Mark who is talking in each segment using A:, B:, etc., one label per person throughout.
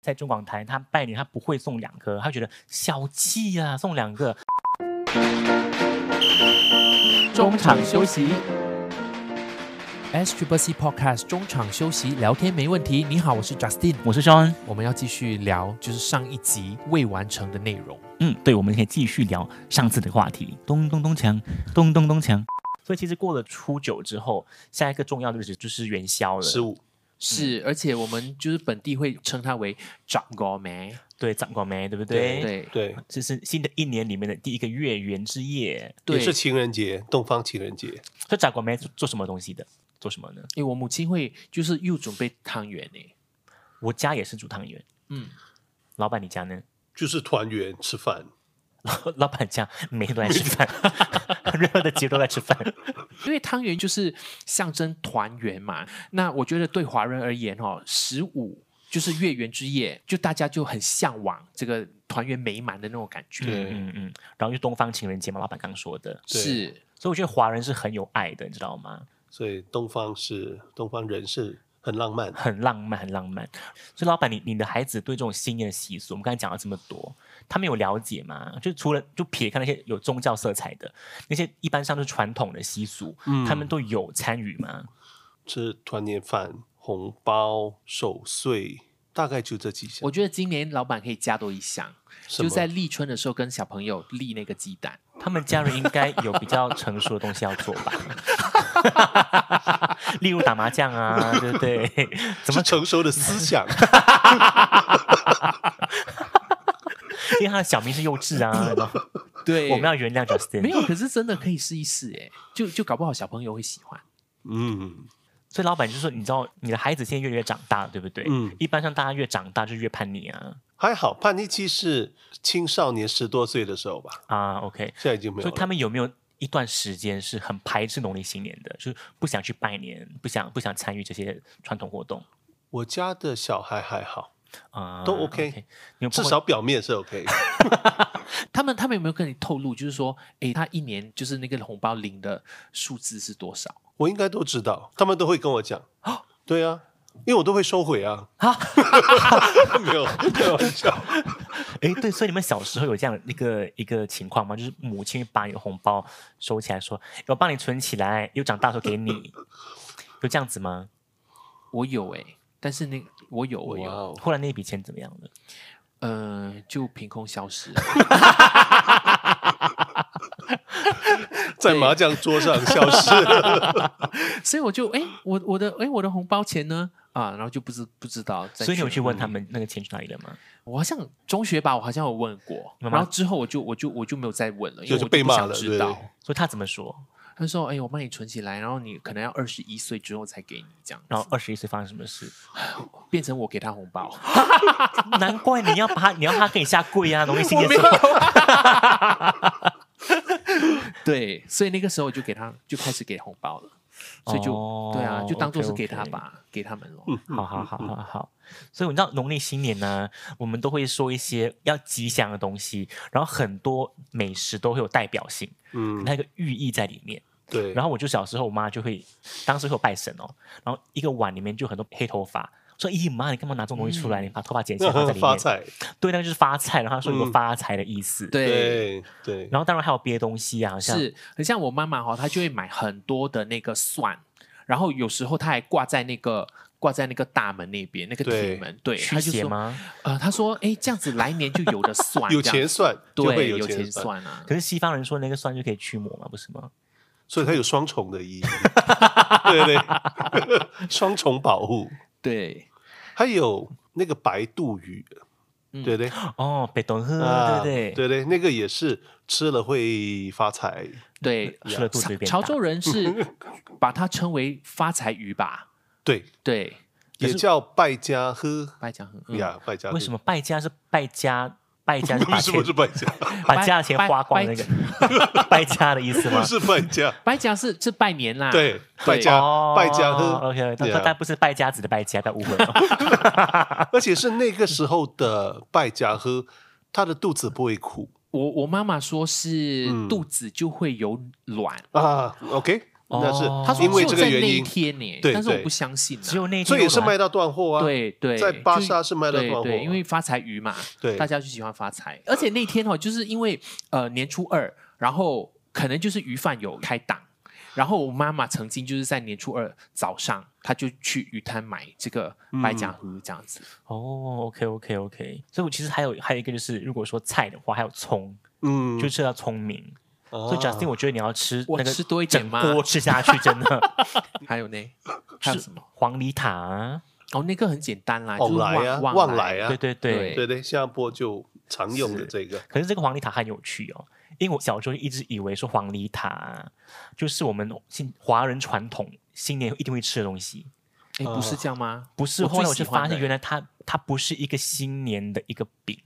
A: 在中港台他拜年他不会送两颗，他觉得小气啊，送两个。
B: 中场休息。S Triple C Podcast 中场休息聊天没问题。你好，我是 Justin，
A: 我是 Sean，
B: 我们要继续聊就是上一集未完成的内容。
A: 嗯，对，我们可以继续聊上次的话题。咚咚咚锵，咚咚咚锵。所以其实过了初九之后，下一个重要的日子就是元宵了。
B: 五是，而且我们就是本地会称它为长高梅，
A: 对，长光梅，对不
B: 对
A: 对？，
B: 对
C: 对，
A: 这是新的一年里面的第一个月圆之夜。
C: 也
B: 对，
C: 是情人节，东方情人节。
A: 所以长光梅是做什么东西的？做什么呢？
B: 因为我母亲会就是又准备汤圆欸呢。
A: 我家也是煮汤圆。
B: 嗯，
A: 老板，你家呢？
C: 就是团圆吃饭，
A: 老板家每天都在吃饭， 任何的节都在吃饭。
B: 因为汤圆就是象征团圆嘛。那我觉得对华人而言哦，十五就是月圆之夜，就大家就很向往这个团圆美满的那种感觉。
C: 对
A: 嗯嗯嗯。然后就东方情人节嘛，老板刚说的。
C: 对
B: 是，
A: 所以我觉得华人是很有爱的，你知道吗？
C: 所以东方是东方人是很浪漫。
A: 很浪漫，很浪漫。所以老板，你你的孩子对这种新年的习俗，我们刚才讲了这么多，他们有了解吗？就除了就撇开那些有宗教色彩的那些，一般上是传统的习俗，
C: 嗯
A: 他们都有参与吗？
C: 吃团年饭、红包、守岁，大概就这几项
B: 我。觉得今年老板可以加多一项，
C: 什
B: 就
C: 么
B: 在立春的时候跟小朋友立那个鸡蛋。
A: 他们家人应该有比较成熟的东西要做吧，例如打麻将啊，对不对？怎么
C: 是？成熟的思想，
A: 因为他的小名是幼稚啊，然后
B: 对
A: 我们要原谅 Justin。
B: 没有，可是真的可以试一试哎，就就搞不好小朋友会喜欢。
C: 嗯，
A: 所以老板就说，你知道你的孩子现在越来越长大了，对不对？
C: 嗯
A: 一般上大家越长大就越叛逆啊
C: 还好。叛逆期是青少年十多岁的时候吧，
A: 啊，OK。
C: 现在已经没有
A: 所以
C: 了。
A: 他们有没有一段时间是很排斥农历新年的，就是不想去拜年，不想不想参与这些传统活动
C: 我家的小孩还好，
A: 啊、
C: 都
A: OK，,
C: OK
A: 你们
C: 至少表面是 OK。
B: 他们他们有没有跟你透露，就是说，哎，他一年就是那个红包领的数字是多少？
C: 我应该都知道，他们都会跟我讲。对啊，因为我都会收回啊。 没有开玩笑，
A: 哎，诶对，所以你们小时候有这样的一个一个情况吗？就是母亲把你的红包收起来说，我帮你存起来，又长大时候给你，有这样子 吗？
B: 我有哎、但是那我有我
C: 哇
B: 有，
C: 哦，
A: 后来那笔钱怎么样了？
B: 呃，就凭空消失了。
C: 在麻将桌上消 失。
B: 所以我就哎，我我的哎我的红包钱呢啊，然后就不知不知道。
A: 所以你有去
B: 问？
A: 问他们那个钱去哪里了吗？
B: 我好像中学吧，我好像有问过，
A: 妈
B: 然
A: 妈
B: 后之后我就我就我就没有再问了，因为
C: 就是
B: 我
C: 被
B: 不
C: 骂
B: 想
C: 了
B: 知
C: 对
B: 道。
A: 所以他怎么说？
B: 他说：“哎，我帮你存起来，然后你可能要二十一岁之后才给你，这样
A: 然后二十一岁发生什么事？
B: 变成我给他红包。
A: 难怪你要把他， 你要他给你下跪啊！农历新
B: 我
A: 年
B: 没
A: 的时候，
B: 有。 对，所以那个时候我就给他就开始给红包了，所以就、
A: 哦
B: 对啊，就当做是
A: OK，OK
B: 给他吧给他们咯。
A: 嗯好好好好好，
B: 嗯
A: 所以你知道农历新年呢，我们都会说一些要吉祥的东西，然后很多美食都会有代表性，
C: 嗯，
A: 那个寓意在里面。
C: 对。
A: 然后我就小时候，我妈就会，当时会有拜神哦，然后一个碗里面就很多黑头发，说：“咦，妈，你干嘛拿这种东西出
B: 嗯
A: 来？你把头发剪起来放在里面。”
C: 发财，
A: 对，那个就是发财，然后她说有个
C: 嗯
A: 发财的意思。
B: 对。”
C: 对对，
A: 然后当然还有别的东西啊，好像
B: 是很像我妈妈哈，她就会买很多的那个蒜，然后有时候她还挂在那个挂在那个大门那边那个铁
C: 对
B: 门，对，
A: 驱
B: 她就
A: 邪
B: 说
A: 吗？
B: 呃，她说哎，这样子来年就有的蒜，
C: 有
B: 这样
C: 钱
B: 子
C: 算就
B: 对，
C: 会
B: 有
C: 钱算，
B: 蒜啊，
A: 可是西方人说那个蒜就可以驱魔嘛，不是吗？
C: 所以它有双重的意义，对 对，双重保护。
B: 对，
C: 还有那个白肚鱼，
B: 嗯
C: 对对
A: 哦，北东喝，
C: 啊，
A: 对不对？
C: 对对，那个也是吃了会发财，
B: 对，
A: 吃了肚子
B: 潮
A: 里变
B: 潮
A: 大
B: 州人是把它称为发财鱼吧？
C: 对，
B: 对，
C: 也叫败家喝
B: 白讲很、嗯、
C: 呀，败家
A: 为什
C: 么？
A: 么败家是败家？败家是把
C: 为什
A: 钱
C: 么是败家？
A: 把家的钱
B: 败
A: 花光那
B: 败
A: 个败家的意思吗
C: 不？是败家，
B: 白讲是是拜年啦，
C: 对，败家
A: 哦
C: 败家喝，啊
A: ，OK，但
C: Yeah
A: 但不是败家子的败家，不要误会 哦。
C: 而且是那个时候的败家喝，他的肚子不会苦
B: 我我妈妈说是
C: 嗯
B: 肚子就会有卵，
C: 啊。OK，那是
A: 哦
B: 他说
C: 因为
B: 只有
C: 这个
B: 在
C: 原
B: 那一
C: 因，
B: 天呢，
C: 对
B: 但是我
C: 对
B: 不相信啊，
A: 只有那一天
C: 所以也
A: 我
C: 是
A: 把它
C: 卖到断货啊。
B: 对对，
C: 在巴
B: 就是
C: 萨是卖到
B: 对
C: 断货啊，
B: 对，因为发财鱼嘛，
C: 对
B: 大家就喜欢发财。而且那天哦，就是因为呃年初二，然后可能就是鱼贩有开档，然后我妈妈曾经就是在年初二早上，她就去鱼摊买这个
C: 嗯
B: 白甲鱼这 样子。
A: 哦，OK OK OK，所以我其实还有还有一个就是，如果说菜的话，还有葱，
C: 嗯，啊
A: 就是要聪明。所以 Justin，我觉得你要吃
B: 我
A: 那个
B: 吃多一点
A: 整
B: 吗
A: 锅吃下去，真 的
B: 还有呢，还有什么？
A: 黄梨塔啊，
B: 哦，那个很简单啦，就是
C: 往来啊，
B: 望
C: 旺
B: 来
C: 来啊，
A: 对对对。
B: 对
C: 对对，新加坡就常用的这个，
A: 可是这个黄梨塔很有趣哦，因为我小时候一直以为说黄梨塔啊就是我们新华人传统新年一定会吃的东西，
B: 哎，不
C: 嗯
B: 是这样吗？
A: 不是。
B: 我
A: 后
B: 最
A: 来我就
B: 喜欢
A: 发现，
B: 的
A: 原来它它不是一个新年的一个饼，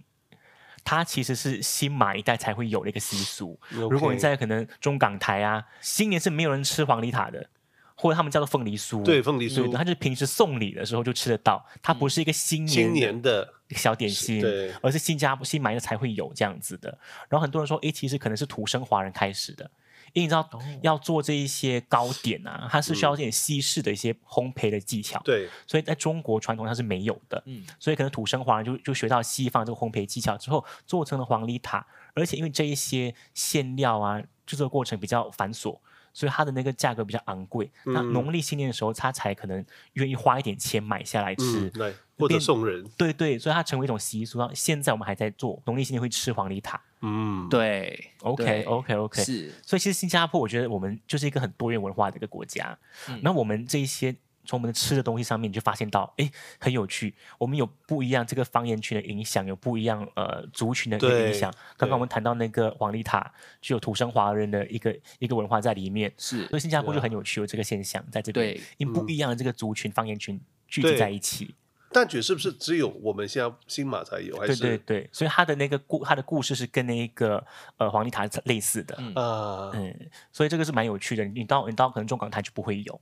A: 它其实是新马一代才会有的一个习俗。如果你
C: OK
A: 在可能中港台啊，新年是没有人吃黄梨塔的，或者他们叫做凤梨酥。
C: 对凤梨
A: 对的，
C: 酥
A: 它，就是平时送礼的时候就吃得到，它不是一个新
C: 今
A: 年的
C: 年的
A: 小点心，
C: 对
A: 而是新加坡新买的才会有这样子的。然后很多人说，诶，其实可能是土生华人开始的，因为你知
C: 哦
A: 道、要做这一些糕点啊，它是需要一点西式的一些烘焙的技巧，
C: 对
A: 所以在中国传统它是没有的，
B: 嗯
A: 所以可能土生华人就就学到西方这个烘焙技巧之后，做成了黄梨塔，而且因为这一些馅料啊，制作过程比较繁琐。所以它的那个价格比较昂贵，那
C: 嗯
A: 农历新年的时候，他才可能愿意花一点钱买下来吃。
C: 嗯，对，或者
A: 变
C: 送人，
A: 对对，所以它成为一种习俗。到现在我们还在做，农历新年会吃黄梨塔。
C: 嗯，
B: 对
A: OK
B: 对
A: OK OK。
B: 是
A: 所以其实新加坡，我觉得我们就是一个很多元文化的一个国家。
B: 嗯
A: 那我们这一些从我们的吃的东西上面，你就发现到，哎，很有趣。我们有不一样这个方言群的影响，有不一样呃族群的一个影
C: 对
A: 响。刚刚我们谈到那个黄梨塔，就有土生华人的一个一个文化在里面。
B: 是
A: 所以新加坡就
C: 对啊嗯
A: 很有趣，有这个现象在这边
B: 对，
A: 因为不一样的这个族群、方言群聚集
C: 对
A: 在一起。
C: 蛋卷是不是只有我们现在新马才有？还
A: 对对
C: 是
A: 对，所以他的那个故他的故事是跟那个呃黄丽塔是类似的，
B: 嗯
A: 嗯
C: 啊？
A: 所以这个是蛮有趣的。你到你到可能中港台就不会有，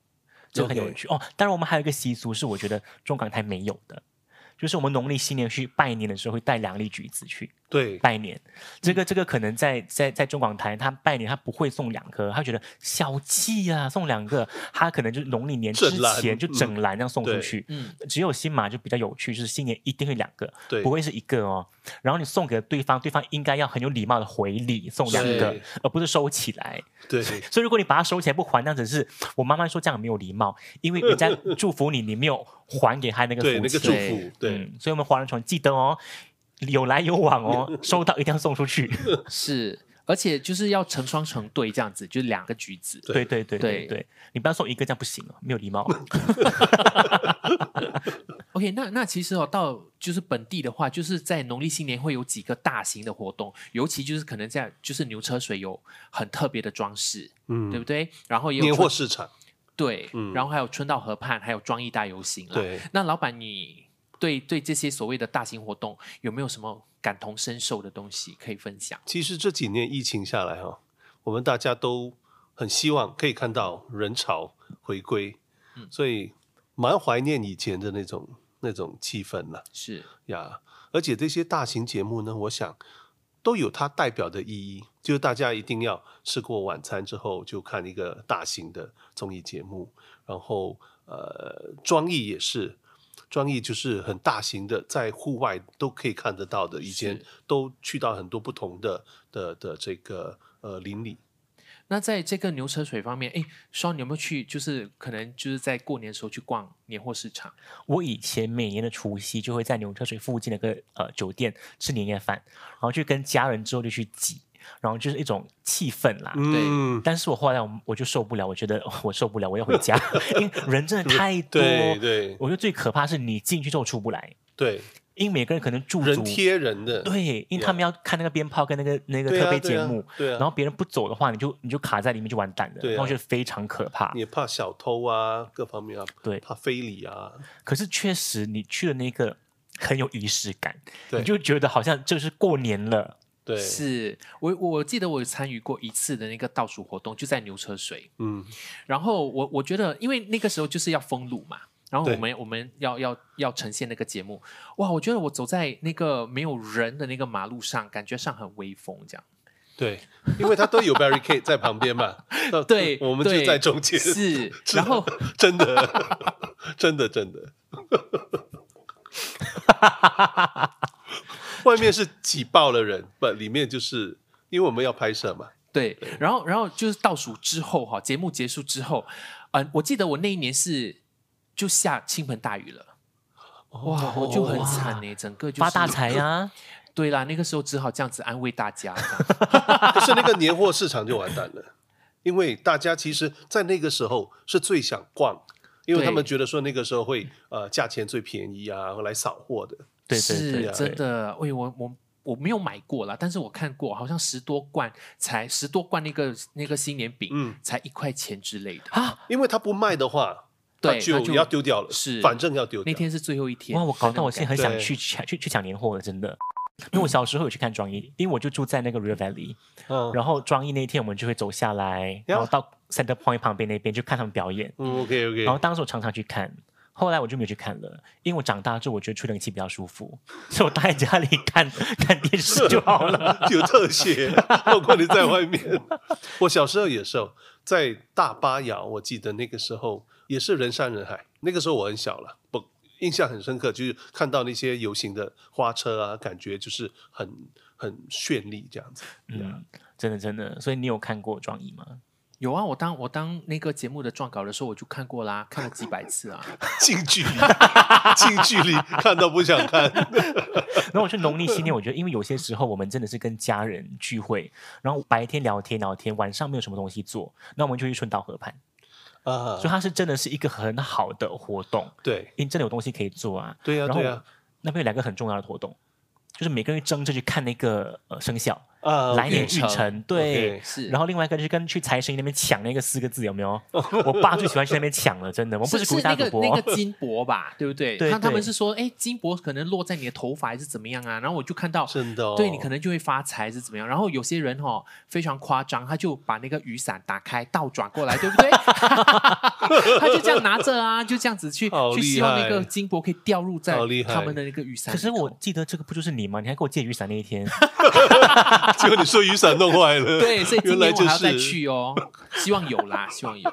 A: 这个很有
C: OK
A: 趣哦。当然，我们还有一个习俗是我觉得中港台没有的，就是我们农历新年去拜年的时候会带两粒橘子去
C: 对，
A: 拜年。这
C: 嗯
A: 个这个可能在在在中港台他拜年他不会送两颗，他觉得小气啊，送两个，他可能就是农历年之
C: 整篮嗯
A: 前就整篮这样送出
C: 对
A: 去。
B: 嗯
A: 只有新马就比较有趣，就是新年一定会两个，
C: 对
A: 不会是一个哦。然后你送给对方，对方应该要很有礼貌的回礼，送两个
C: 是，
A: 而不是收起来。
C: 对，
A: 所以如果你把它收起来不还，那只是我妈妈说这样没有礼貌，因为人家祝福你，你没有还给他那个
C: 对，那
A: 福气。
C: 个祝福，对，
A: 嗯，所以我们华人传统记得哦，有来有往 哦，收到一定要送出去。
B: 是，而且就是要成双成对这样子，就两个橘子。
A: 对
C: 对
A: 对对对
B: 对
A: 对，你不要送一个这样不行哦，没有礼貌。
B: OK，那那其实哦，到就是本地的话，就是在农历新年会有几个大型的活动，尤其就是可能在就是牛车水有很特别的装饰，对
C: 嗯，
B: 不对？然后也有啊
C: 年货
B: 春
C: 市场，
B: 对，
C: 嗯
B: 然后还有春到河畔，还有庄艺大游行啦。
C: 对，
B: 那老板你对对这些所谓的大型活动有没有什么感同身受的东西可以分享？
C: 其实这几年疫情下来哈、我们大家都很希望可以看到人潮回归，
B: 嗯
C: 所以蛮怀念以前的那种那种气氛了、
B: 是
C: 呀。而且这些大型节目呢，我想都有它代表的意义，就是大家一定要吃过晚餐之后就看一个大型的综艺节目，然后呃，庄艺也是。庄艺就是很大型的，在户外都可以看得到的。以前
B: 是
C: 都去到很多不同的的的这个呃邻里，
B: 那在这个牛车水方面，哎，双你有没有去？就是可能就是在过年的时候去逛年货市场，
A: 我以前每年的除夕就会在牛车水附近的一个呃酒店吃年夜饭，然后去跟家人之后就去挤，然后就是一种气氛啦。
C: 嗯，
A: 但是我后来我我就受不了，我觉得 哦我受不了，我要回 家，因为人真的太多。
C: 对对
A: 我觉得最可怕是你进去之后出不来，
C: 对，
A: 因为每个人可能驻
C: 人
A: 足。
C: 贴人的，
A: 对，因为他们要看那个鞭炮跟那个那个
C: 对啊
A: 特备节目，
C: 对啊对啊
A: 然后别人不走的话，你就你就卡在里面就完蛋了，
C: 对啊
A: 然后我觉得非常可怕。
C: 你也怕小偷啊，各方面啊，
A: 对
C: 怕非礼啊，
A: 可是确实，你去了那个很有仪式感，
C: 对
A: 你就觉得好像就是过年了。
C: 对，
B: 是我我记得我有参与过一次的那个倒数活动，就在牛车水。
C: 嗯，
B: 然后我我觉得，因为那个时候就是要封路嘛，然后我
C: 对
B: 们我们要要要呈现那个节目，哇，我觉得我走在那个没有人的那个马路上，感觉上很威风，这样
C: 对，因为它都有 barricade 在旁 边嘛，那
B: 对
C: 我们就
B: 对
C: 在中间，
B: 是，
C: 是
B: 然后
C: 真的， 真的，真的，外面是挤爆了人，不，里面就是因为我们要拍摄嘛，
B: 对，然后然后就是倒数之后哈，节目结束之后，嗯、我记得我那一年是就下倾盆大雨了。哇，我就很惨呢、整个就是
A: 哦发大财呀、
B: 对啦，那个时候只好这样子安慰大家。这样
C: 可是那个年货市场就完蛋了，因为大家其实，在那个时候是最想逛，因为
B: 对
C: 他们觉得说那个时候会呃价钱最便宜啊，来扫货的。
A: 对对对
B: 是
C: 啊
A: 对，
B: 真的，哎，我我我没有买过啦，但是我看过，好像十多罐才十多罐那个那个新年饼，
C: 嗯
B: 才一块钱之类的。
A: 啊！
C: 因为他不卖的话，
B: 对
C: 他
B: 那就
C: 就要丢掉了，
B: 是
C: 反正要丢掉。
B: 那天是最后一天，
A: 哇，我搞
B: 那
A: 到
B: 种
A: 我现在很
B: 感
A: 想
B: 觉
C: 对
A: 去抢去去抢年货了，真 的。因为我小时候有去看庄一，因为我就住在那个 River Valley，
C: 嗯，
A: 然后庄一那天我们就会走下来，然后到 Center Point 旁边那边去看他们表演。
C: 嗯，OK
A: 然后
C: OK，
A: 当时我常常去看，后来我就没有去看了，因为我长大之后我觉得吹冷气比较舒服，所以我待在家里看看电视就好了。
C: 有特写，包括你在外面。 我小时候也是哦，在大巴窑，我记得那个时候也是人山人海。那个时候我很小了，不印象很深刻，就是看到那些游行的花车啊，感觉就是很很绚丽这样 子。
A: 嗯，真的真的，所以你有看过庄一吗？
B: 有啊，我当我当那个节目的撰稿的时候，我就看过啦，看了几百次 啊。
C: 近距离，近距离看到不想看。
A: 然后我去农历新年，我觉得因为有些时候我们真的是跟家人聚会，然后白天聊天聊天，晚上没有什么东西做，那我们就去春岛河畔，
C: 啊
A: 所以，它 是真的是一个很好的活动，
C: 对
A: 因为真的有东西可以做啊。
C: 对呀
A: 然后
C: 对呀
A: 那边有两个很重要的活动，就是每个人争着去看那个呃生肖，
C: 啊，
A: 来年
C: OK
A: 运程，对
C: OK。
B: 是，
A: 然后另外一个就是跟去财神爷那边抢那个四个字有没 有？我爸最喜欢去那边抢了，真的。我们不
B: 是
A: 鼓
B: 是
A: 励
B: 那
A: 大家
B: 个
A: 赌博，
B: 那个金箔吧，对不 对？
A: 对
B: 他他
A: 对
B: 们是说，哎，金箔可能落在你的头发还是怎么样啊？然后我就看到，
C: 真的哦，
B: 对你可能就会发财还是怎么样？然后有些人哦非常夸张，他就把那个雨伞打开倒转过来，对不对？ 他就这样拿着啊，就这样子去
C: 好
B: 去
C: 厉
B: 希望那
C: 害
B: 个金箔可以掉入在
C: 好厉害
B: 他们的那个雨伞
A: 可
B: 里头。
A: 是我记得这个不就是你吗？你还给我借雨伞那一天，
C: 结果你说雨伞弄坏 了，
B: 对，所以今
C: 原来
B: 年我
C: 就
B: 还要再
C: 是，
B: 去哦，希望有啦，希望有。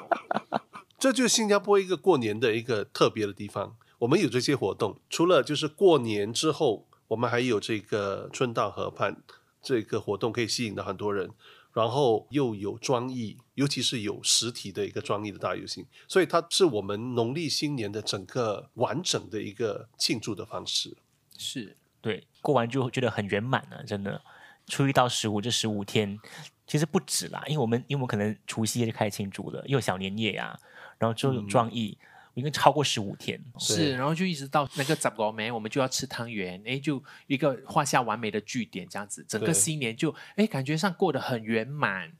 C: 这就是新加坡一个过年的一个特别的地方。我们有这些活动，除了就是过年之后，我们还有这个春到河畔这个活动可以吸引到很多人，然后又有庄艺，尤其是有实体的一个庄艺的大游行，所以它是我们农历新年的整个完整的一个庆祝的方式。
B: 是，
A: 对，过完就觉得很圆满了、真的。初一到十五这十五天，其实不止啦，因为我们因为我们可能除夕夜就开始庆祝了，又有小年夜呀、然后之后有壮义，应该超过十五天。
B: 是，然后就一直到那个 Zabgo 梅，我们就要吃汤圆，哎，就一个画下完美的句点，这样子，整个
C: 对
B: 新年就哎感觉上过得很圆满。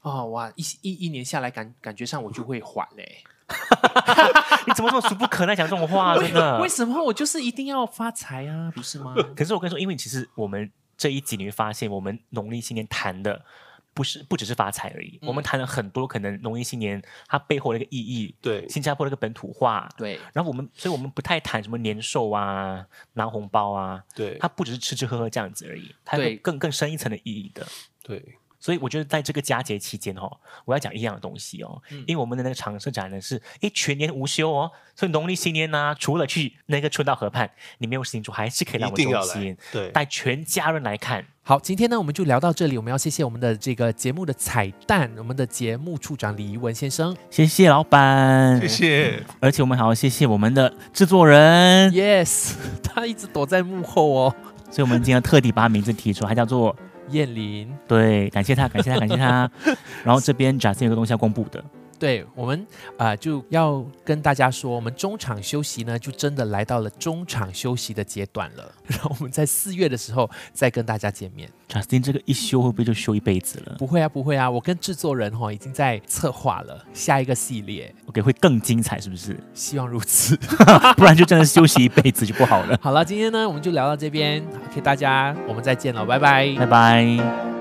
B: 哦哇，一一一年下来感感觉上我就会缓嘞、
A: 你怎么这么俗不可耐讲这种话、啊？真的
B: 为。什么我就是一定要发财啊？不是吗？
A: 可是我跟你说，因为其实我们这一集你会发现，我们农历新年谈的不是不只是发财而已，我们谈了很多可能农历新年它背后的一个意义，
C: 对
A: 新加坡的一个本土化。
B: 对，
A: 然后我们，所以我们不太谈什么年兽啊、拿红包啊，
C: 对
A: 它不只是吃吃喝喝这样子而已，它有
B: 对
A: 更更深一层的意义的。
C: 对，
A: 所以我觉得在这个佳节期间哦，我要讲一样的东西哦，
C: 嗯
A: 因为我们的那个常设展呢是诶全年无休哦，所以农历新年呢、除了去那个春到河畔，你没有事情做，还是可以来我
C: 一
A: 们
C: 定
A: 中
C: 要来
A: 心，。
C: 对，
A: 带全家人来看。
B: 好，今天呢我们就聊到这里，我们要谢谢我们的这个节目的彩蛋，我们的节目处长李怡文先 生，
A: 谢谢老板，
C: 谢。谢。
A: 而且我们还要谢谢我们的制作人，
B: yes，他一直躲在幕后哦，
A: 所以我们今天特地把他名字提出，他叫做
B: 燕玲。
A: 对，感谢他，感谢他，感谢 他。然后这边贾斯有个东西要公布的，
B: 对我们啊、呃就要跟大家说，我们中场休息呢，就真的来到了中场休息的阶段了。 然后我们在四月的时候再跟大家见面。
A: 贾斯汀这个一休会不会就休一辈子了
B: 不会啊，不会啊，我跟制作人哈、已经在策划了下一个系列，
A: ？OK，会更精彩是不是？
B: 希望如此。
A: 不然就真的休息一辈子就不好了。
B: 好了，今天呢我们就聊到这边，OK，大家我们再见了，拜拜
A: 拜拜。